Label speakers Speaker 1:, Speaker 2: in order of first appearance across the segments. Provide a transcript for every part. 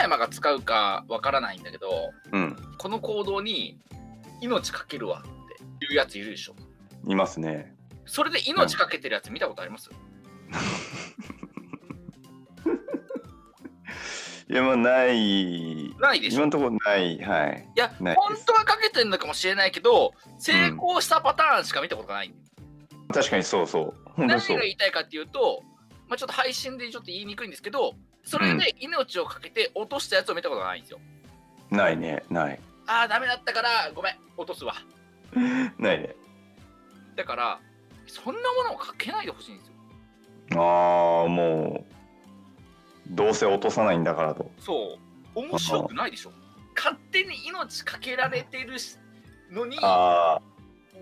Speaker 1: 山が使うかわからないんだけど
Speaker 2: うん、
Speaker 1: この行動に命かけるわっていうやついるでしょ
Speaker 2: いますね。
Speaker 1: それで命かけてるやつ見たことあります、
Speaker 2: いや、まあ、ない。
Speaker 1: ないでしょ
Speaker 2: 今のところない。はい。
Speaker 1: いや、
Speaker 2: ない
Speaker 1: 本
Speaker 2: です
Speaker 1: 当はかけてるのかもしれないけど、成功したパターンしか見たことがない。
Speaker 2: 確かにそうそう。本当
Speaker 1: 何
Speaker 2: にそう
Speaker 1: が。言いたいかっていうと、まあ、ちょっと配信でちょっと言いにくいんですけど、それで命をかけて落としたやつを見たことがないんですよ。
Speaker 2: ないね。ない。
Speaker 1: ああ、ダメだったから、ごめん、落とすわ。
Speaker 2: ないね。
Speaker 1: だから、そんなものをかけないでほしいんですよ。
Speaker 2: ああ、もう。どうせ落とさないんだからと。
Speaker 1: そう、面白くないでしょ。勝手に命かけられてるしのに、
Speaker 2: あ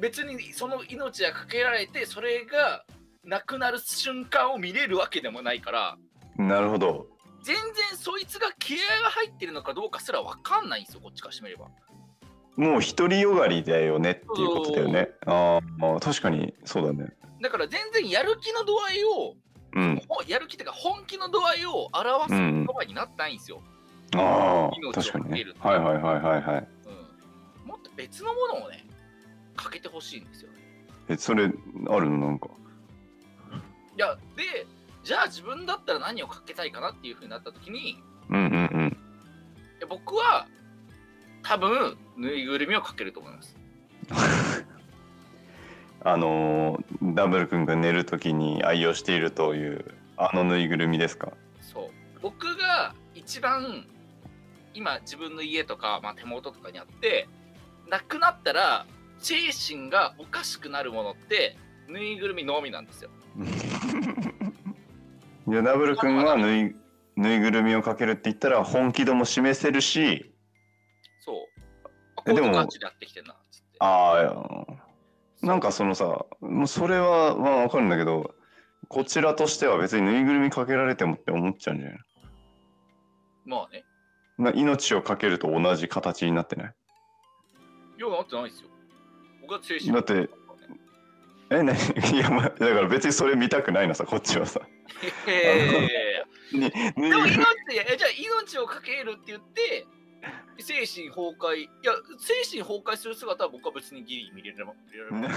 Speaker 1: 別にその命がかけられて、それがなくなる瞬間を見れるわけでもないから、
Speaker 2: あ、なるほど。
Speaker 1: 全然そいつが気合が入ってるのかどうかすら分かんないんですよこっちからしてみれば
Speaker 2: もう独りよがりだよねっていうことだよね。あーまあ、確かにそうだね。
Speaker 1: だから全然やる気の度合いを
Speaker 2: うん。
Speaker 1: ほやる気というか本気の度合いを表す言葉になったないんですよ、
Speaker 2: ああ、
Speaker 1: 命を
Speaker 2: 確かに
Speaker 1: かけ
Speaker 2: ね
Speaker 1: る。
Speaker 2: はいはいはいはいはい。
Speaker 1: うんもっと別のものをねかけてほしいんですよね
Speaker 2: え、それ、あるのなんか。
Speaker 1: いやでじゃあ自分だったら何をかけたいかなっていうふうになった時にい
Speaker 2: うんうんうん。
Speaker 1: や僕は多分ぬいぐるみをかけると思います
Speaker 2: あのーダブル君が寝るときに愛用しているという、あのぬいぐるみですか。
Speaker 1: そう僕が一番今自分の家とか、まあ、手元とかにあってなくなったら精神がおかしくなるものってぬいぐるみのみなんですよ
Speaker 2: じゃあダブル君はぬいぬいぐるみをかけるって言ったら本気度も示せるし
Speaker 1: そうあこ
Speaker 2: え
Speaker 1: う
Speaker 2: で
Speaker 1: い
Speaker 2: も
Speaker 1: う感じでやってきてんなっつって
Speaker 2: ああなんかそのさもうそれはまあわかるんだけどこちらとしては別にぬいぐるみかけられてもって思っちゃうんじゃない
Speaker 1: まあね
Speaker 2: な命をかけると同じ形になってない
Speaker 1: いやなってないですよ僕は精神
Speaker 2: だってえね いやまあだから別にそれ見たくないなさこっちはさ
Speaker 1: いやいやいやいやいや
Speaker 2: にぬい
Speaker 1: で
Speaker 2: ぐ
Speaker 1: も
Speaker 2: る
Speaker 1: 命
Speaker 2: み
Speaker 1: えじゃあ命をかけるって言って精神崩壊いや精神崩壊する姿は僕は別にギリ見れるも見れるもん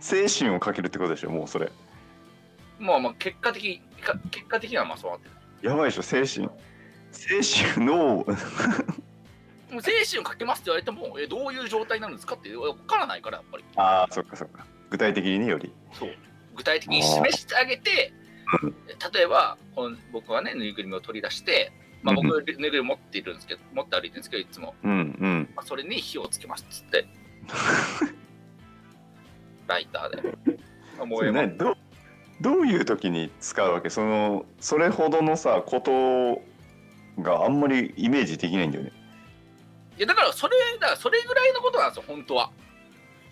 Speaker 2: 精神をかけるってことでしょもうそれ
Speaker 1: まあまあ結果的か結果的にはまあそうなってる
Speaker 2: やばいでしょ精神精神の
Speaker 1: もう精神をかけますって言われてもえどういう状態になるんですかって分からないからやっぱり
Speaker 2: ああそっかそっか具体的にねより
Speaker 1: そう具体的に示してあげて例えばこの僕はねぬいぐるみを取り出して、まあ、僕
Speaker 2: うん
Speaker 1: ぬいぐるみ持っているんですけど持って歩いてるんですけどいつも、
Speaker 2: うんうん
Speaker 1: まあ、それに火をつけますっつってライターでまあ
Speaker 2: そ
Speaker 1: 燃え
Speaker 2: れ
Speaker 1: ます
Speaker 2: 何どうどういう時に使うわけそのそれほどのさことがあんまりイメージできないんだよね
Speaker 1: いやだからそれだからそれぐらいのことなんですよ本当は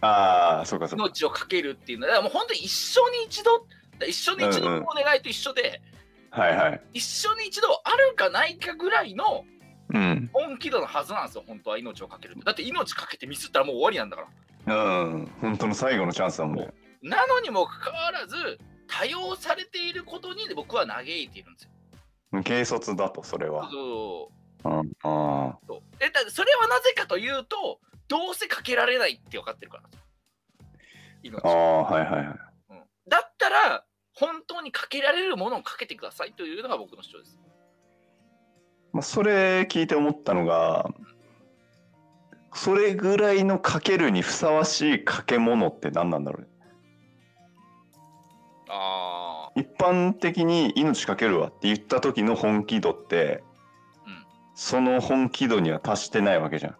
Speaker 2: ああそうかそうか
Speaker 1: 命をかけるっていうのはだからもう本当に一生に一度だから一生に一度
Speaker 2: うん
Speaker 1: の
Speaker 2: うん
Speaker 1: お願いと一緒で、
Speaker 2: はいはい
Speaker 1: 一生に一度あるかないかぐらいの
Speaker 2: うん
Speaker 1: 本気度のはずなんですよ、本当は命をかけるって。だって命かけてミスったらもう終わりなんだから。
Speaker 2: うん本当の最後のチャンスだもんね
Speaker 1: なのにもかかわらず、多用されていることに僕は嘆いているんですよ。
Speaker 2: 軽率だとそれは
Speaker 1: そ
Speaker 2: うんあ
Speaker 1: うそうえだそれはなぜかというと、どうせかけられないって分かってるから。命
Speaker 2: あああはいはいはい
Speaker 1: うん、だったら、本当にかけられるものをかけてくださいというのが僕の主張です。
Speaker 2: まあ、それ聞いて思ったのがそれぐらいのかけるにふさわしいかけ物って何なんだろうね
Speaker 1: あ
Speaker 2: 一般的に命かけるわって言った時の本気度って
Speaker 1: あ、う
Speaker 2: その本気度には達してないわけじゃん。
Speaker 1: ん。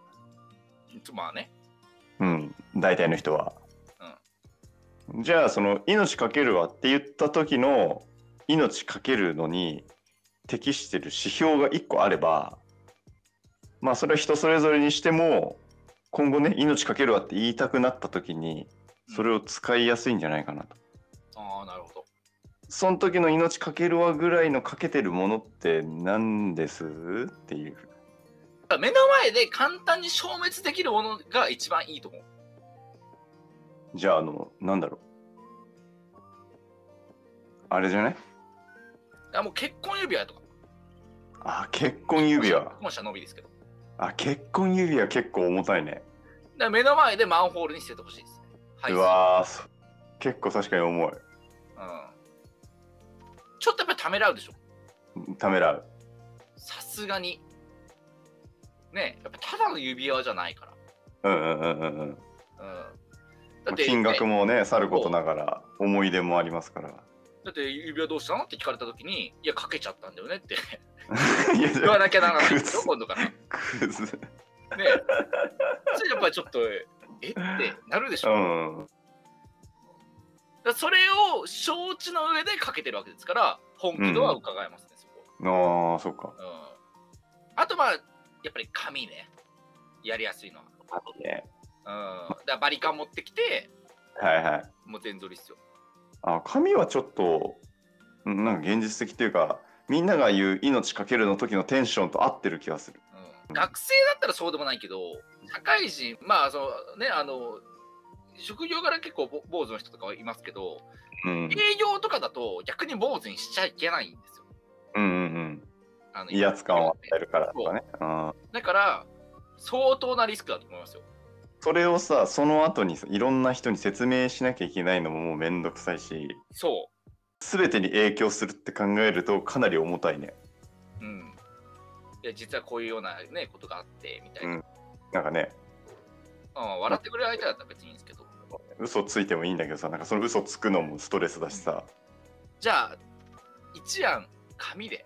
Speaker 1: まあね、
Speaker 2: うん、大体の人は。じゃあその命かけるわって言った時の命かけるのに適してる指標が1個あればまあそれは人それぞれにしても今後ね命かけるわって言いたくなった時にそれを使いやすいんじゃないかなと。
Speaker 1: ああ、なるほど。
Speaker 2: その時の命かけるわぐらいのかけてるものって何ですっていう。
Speaker 1: 目の前で簡単に消滅できるものが一番いいと思う。
Speaker 2: じゃあ、あの、なんだろう。あれじゃない
Speaker 1: あもう結婚指輪とか。
Speaker 2: あ、結婚指輪。
Speaker 1: 本社のみですけど。だか
Speaker 2: あ、結婚指輪結構重たいね。
Speaker 1: ら目の前でマンホールに捨ててほしいですね。は
Speaker 2: うわーそ結構確かに重
Speaker 1: うん。
Speaker 2: い。
Speaker 1: ちょっとやっぱりためらうでしょ。
Speaker 2: ためらう。
Speaker 1: さすがに。ねやっぱただの指輪じゃないか
Speaker 2: うんうんうんうんうん。
Speaker 1: ら。うん。だ
Speaker 2: まあ
Speaker 1: って、
Speaker 2: 金額
Speaker 1: ね
Speaker 2: もね、さることながら、思 い出もありますから。
Speaker 1: だって指輪どうしたのって聞かれたときに、いや、かけちゃったんだよねって
Speaker 2: いや、
Speaker 1: 言わなきゃなら ないんですよ、
Speaker 2: 靴
Speaker 1: 今度から。ね
Speaker 2: クズ。
Speaker 1: それやっぱりちょっと、えってなるでし
Speaker 2: う
Speaker 1: ょ。
Speaker 2: ん。
Speaker 1: だからそれを承知の上でかけてるわけですから、本気度は伺えますね、そこ。
Speaker 2: ああ、そっか。
Speaker 1: うん。あと、まあ、やっぱり紙ね、やりやすいのは。うん。だからバリカン持ってきて、
Speaker 2: はいはい。
Speaker 1: もう全ぞり必要。
Speaker 2: あ紙はちょっとうんなんか現実的というかみんなが言う「命かける」の時のテンションと合ってる気がする。
Speaker 1: うん学生だったらそうでもないけど社会人まあそのねあの職業柄結構ぼ坊主の人とかはいますけど
Speaker 2: うん
Speaker 1: 営、業とかだと逆に坊主にしちゃいけないんですよ。
Speaker 2: うんうん
Speaker 1: あの
Speaker 2: うん威圧感を与えるからとかね。うん
Speaker 1: だから相当なリスクだと思いますよ。
Speaker 2: それをさその後にさいろんな人に説明しなきゃいけないのももうめんどくさいし
Speaker 1: そ
Speaker 2: 全てに影響するって考えるとかなり重たいね。
Speaker 1: う。うん。いや実はこういうようなねことがあってみたいな。
Speaker 2: うんなんかね
Speaker 1: うん笑ってくれる相手だったら別にいいんですけど。
Speaker 2: 嘘ついてもいいんだけどさなんかその嘘つくのもストレスだしさ
Speaker 1: じゃあ一案紙で。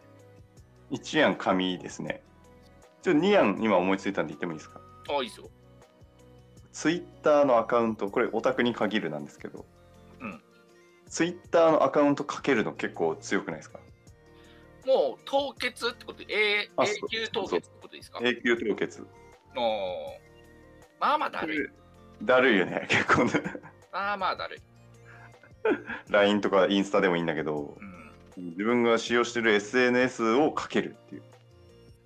Speaker 2: 1案紙ですね。ちょっと2案今思いついたんで言ってもいいですか
Speaker 1: あいいですよ。
Speaker 2: ツイッターのアカウントこれオタクに限るなんですけど、
Speaker 1: うん
Speaker 2: ツイッターのアカウントかけるの結構強くないですか
Speaker 1: もう凍結ってことで永
Speaker 2: あそう
Speaker 1: 永久凍結ってことですか
Speaker 2: 永久凍結
Speaker 1: のまあまあだるい。
Speaker 2: だるいよね結構ね
Speaker 1: まあまあだるい。
Speaker 2: LINE とかインスタでもいいんだけど
Speaker 1: うん。
Speaker 2: 自分が使用してる SNS をかけるっていう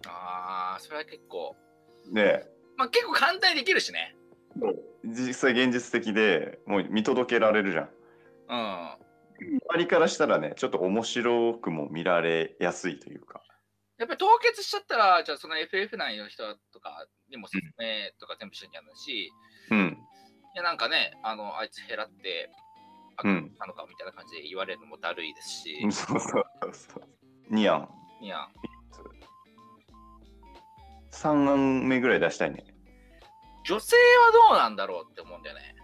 Speaker 1: ああ、それは結構。
Speaker 2: で
Speaker 1: まあ結構簡単にできるしね。
Speaker 2: 実際現実的でもう見届けられるじゃん
Speaker 1: うん。や
Speaker 2: 周りからしたらねちょっと面白くも見られやすいというか
Speaker 1: っぱり凍結しちゃったら、じゃあその FF 内の人とかにも説明とか全部一緒にやるし、
Speaker 2: うん
Speaker 1: いやなんかね、あの、あいつ減らって、あ
Speaker 2: う
Speaker 1: か
Speaker 2: ん
Speaker 1: なのかみたいな感じで言われるのもだるいですし、
Speaker 2: そうそうそうそう2案
Speaker 1: いや、
Speaker 2: 3案目ぐらい出したいね
Speaker 1: 女性はどうなんだろうって思うんだよね。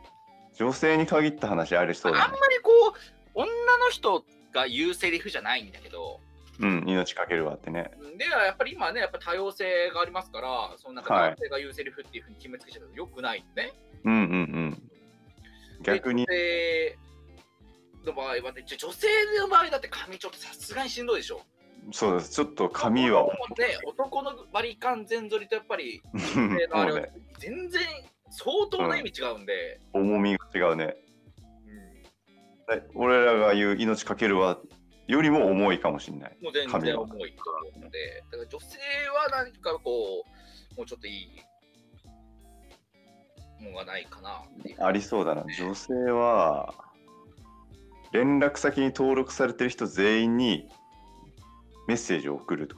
Speaker 2: 女性に限った話ありそう
Speaker 1: あ
Speaker 2: だ
Speaker 1: ん
Speaker 2: ね
Speaker 1: まりこう、女の人が言うセリフじゃないんだけど、
Speaker 2: うん命かけるわってね
Speaker 1: ではやっぱり今ねやっぱ多様性がありますからそのなんか
Speaker 2: はい
Speaker 1: 男性が言うセリフっていうふうに決めつけちゃうとよくないんでね、
Speaker 2: うんうんうん逆に
Speaker 1: で女性の場合はねじゃ女性の場合だって髪ちょっとさすがにしんどいでしょ
Speaker 2: そうですちょっと髪は
Speaker 1: 男のね男のバリカン全剃りとやっぱり女性のあ
Speaker 2: も
Speaker 1: れ
Speaker 2: う
Speaker 1: は
Speaker 2: ね
Speaker 1: 全然相当な意味違うんで、
Speaker 2: 重みが違うね
Speaker 1: うん
Speaker 2: はい俺らが言う命かけるわよりも重いかもしれない
Speaker 1: もう全
Speaker 2: 髪
Speaker 1: 然
Speaker 2: は
Speaker 1: 重いと思うのでだから女性は何かこうもうちょっといいのがないかなっていう
Speaker 2: ありそうだな女性は連絡先に登録されてる人全員にメッセージを送ると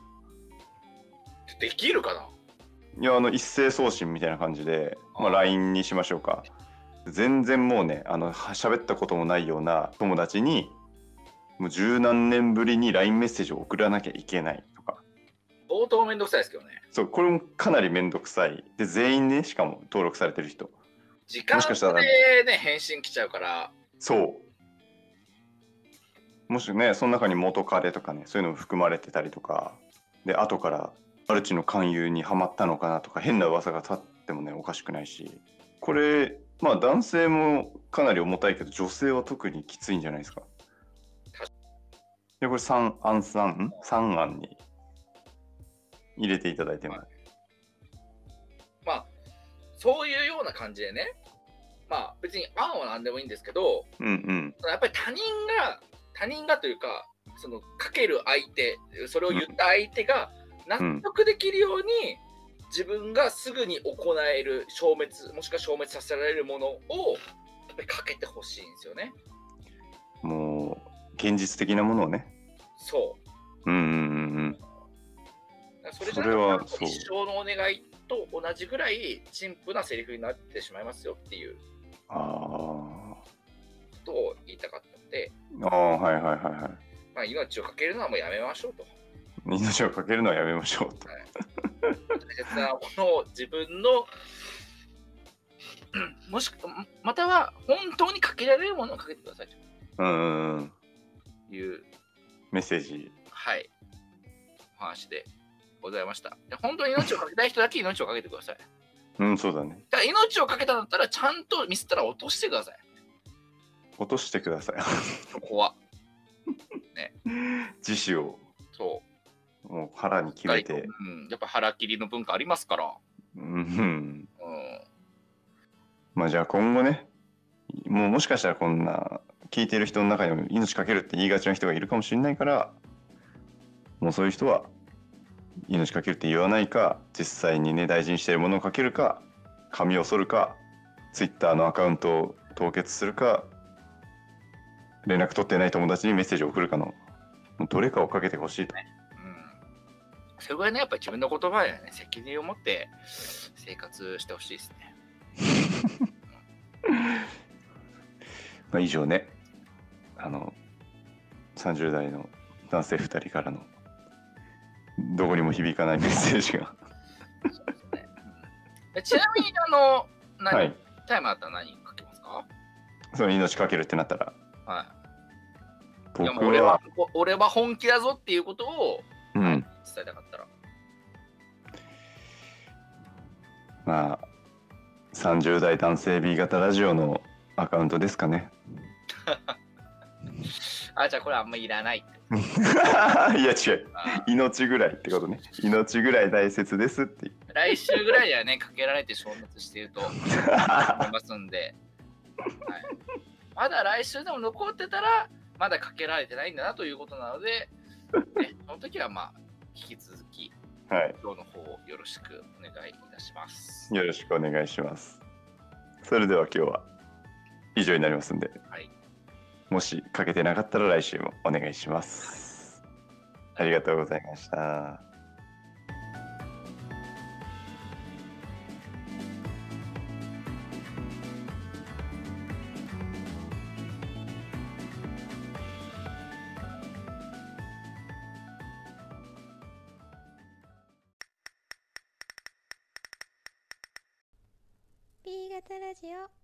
Speaker 1: できるかない
Speaker 2: やあの一斉送信みたいな感じで、まあ、LINE にしましょうか全然もうねあのは喋ったこともないような友達にもう十何年ぶりに LINE メッセージを送らなきゃいけないとか
Speaker 1: 相当めんどくさいですけどね。
Speaker 2: そうこれもかなり面倒くさいで全員ねしかも登録されてる人
Speaker 1: 時間
Speaker 2: もしかしたら
Speaker 1: でね、返信来ちゃうから、
Speaker 2: そうもしねその中に元彼とかねそういうのも含まれてたりとかで後からマルチの勧誘にはまったのかなとか変な噂が立ってもねおかしくないしこれまあ男性もかなり重たいけど女性は特にきついんじゃないですか
Speaker 1: 確
Speaker 2: でこれ3案3三案に入れていただいてます、
Speaker 1: まあ、そういうような感じでね、まあ、別に案は何でもいいんですけど、
Speaker 2: うんうん
Speaker 1: やっぱり他人が、他人がというか、そのかける相手、それを言った相手が納得できるように、自分がすぐに行える消滅、もしくは消滅させられるものを、やっぱりかけてほしいんですよね。
Speaker 2: もう現実的なものをね
Speaker 1: そう。
Speaker 2: うんうんうんうん
Speaker 1: それじゃな
Speaker 2: それは
Speaker 1: くて
Speaker 2: そう
Speaker 1: 一生のお願いと同じぐらい陳腐なセリフになってしまいますよっていう
Speaker 2: あ
Speaker 1: ことを言いたかったので、
Speaker 2: ーあー、はいはいはいは
Speaker 1: まあ、命をかけるのはもうやめましょうと。
Speaker 2: い。命をかけるのはやめましょうと。
Speaker 1: 大切なものを自分の、 うんもしくまたは本当にかけられるものをかけてください
Speaker 2: うんうんうん。
Speaker 1: という、
Speaker 2: メッセージ。
Speaker 1: はい、お話でございました。で本当に命をかけたい人だけ命をかけてください。
Speaker 2: うん、そうだね。
Speaker 1: だから命をかけたんだったら、ちゃんとミスったら落としてください。
Speaker 2: 落としてください。
Speaker 1: そこは。
Speaker 2: 自死を
Speaker 1: そう。
Speaker 2: もう腹に決めて。
Speaker 1: うん、やっぱ腹切りの文化ありますから。
Speaker 2: うんうん。
Speaker 1: うん、
Speaker 2: まあじゃあ今後ね、もうもしかしたらこんな聞いてる人の中にも命かけるって言いがちな人がいるかもしれないから、もうそういう人は命かけるって言わないか、実際にね大事にしているものをかけるか、髪を剃るか、ツイッターのアカウントを凍結するか、連絡取ってない友達にメッセージを送るかの、もうどれかをかけてほしいと。
Speaker 1: うんそれぐらいね、やっぱ自分の言葉やね、責任を持って生活してほしいですね。
Speaker 2: まあ、以上ね、あの、30代の男性2人からの、どこにも響かないメッセージが。
Speaker 1: えちなみに、あの、何、
Speaker 2: はい。
Speaker 1: タイマーだったら何かけますか
Speaker 2: その命かけるってなったら、
Speaker 1: はい。い
Speaker 2: 僕
Speaker 1: やもう俺は
Speaker 2: は、
Speaker 1: お俺は本気だぞっていうことを
Speaker 2: うん、
Speaker 1: 伝えたかったら。
Speaker 2: まあ、30代男性 B 型ラジオのアカウントですか ね。
Speaker 1: あ、じゃあこれあんまいらないって。
Speaker 2: いや、違う。
Speaker 1: あ
Speaker 2: 命ぐらいってことね。命ぐらい大切ですっていう。
Speaker 1: ー来週ぐらいではね、かけられて消滅していると思いますんで、はい、まだ来週でも残ってたら、まだかけられてないんだなということなので、ね、その時はまあ、引き続き、
Speaker 2: はい。
Speaker 1: 今日の方をよろしくお願いいたします。
Speaker 2: よろしくお願いします。それでは今日は以上になりますんで、
Speaker 1: はい
Speaker 2: もしかけてなかったら来週もお願いします。ありがとうございました。
Speaker 3: B 型ラジオ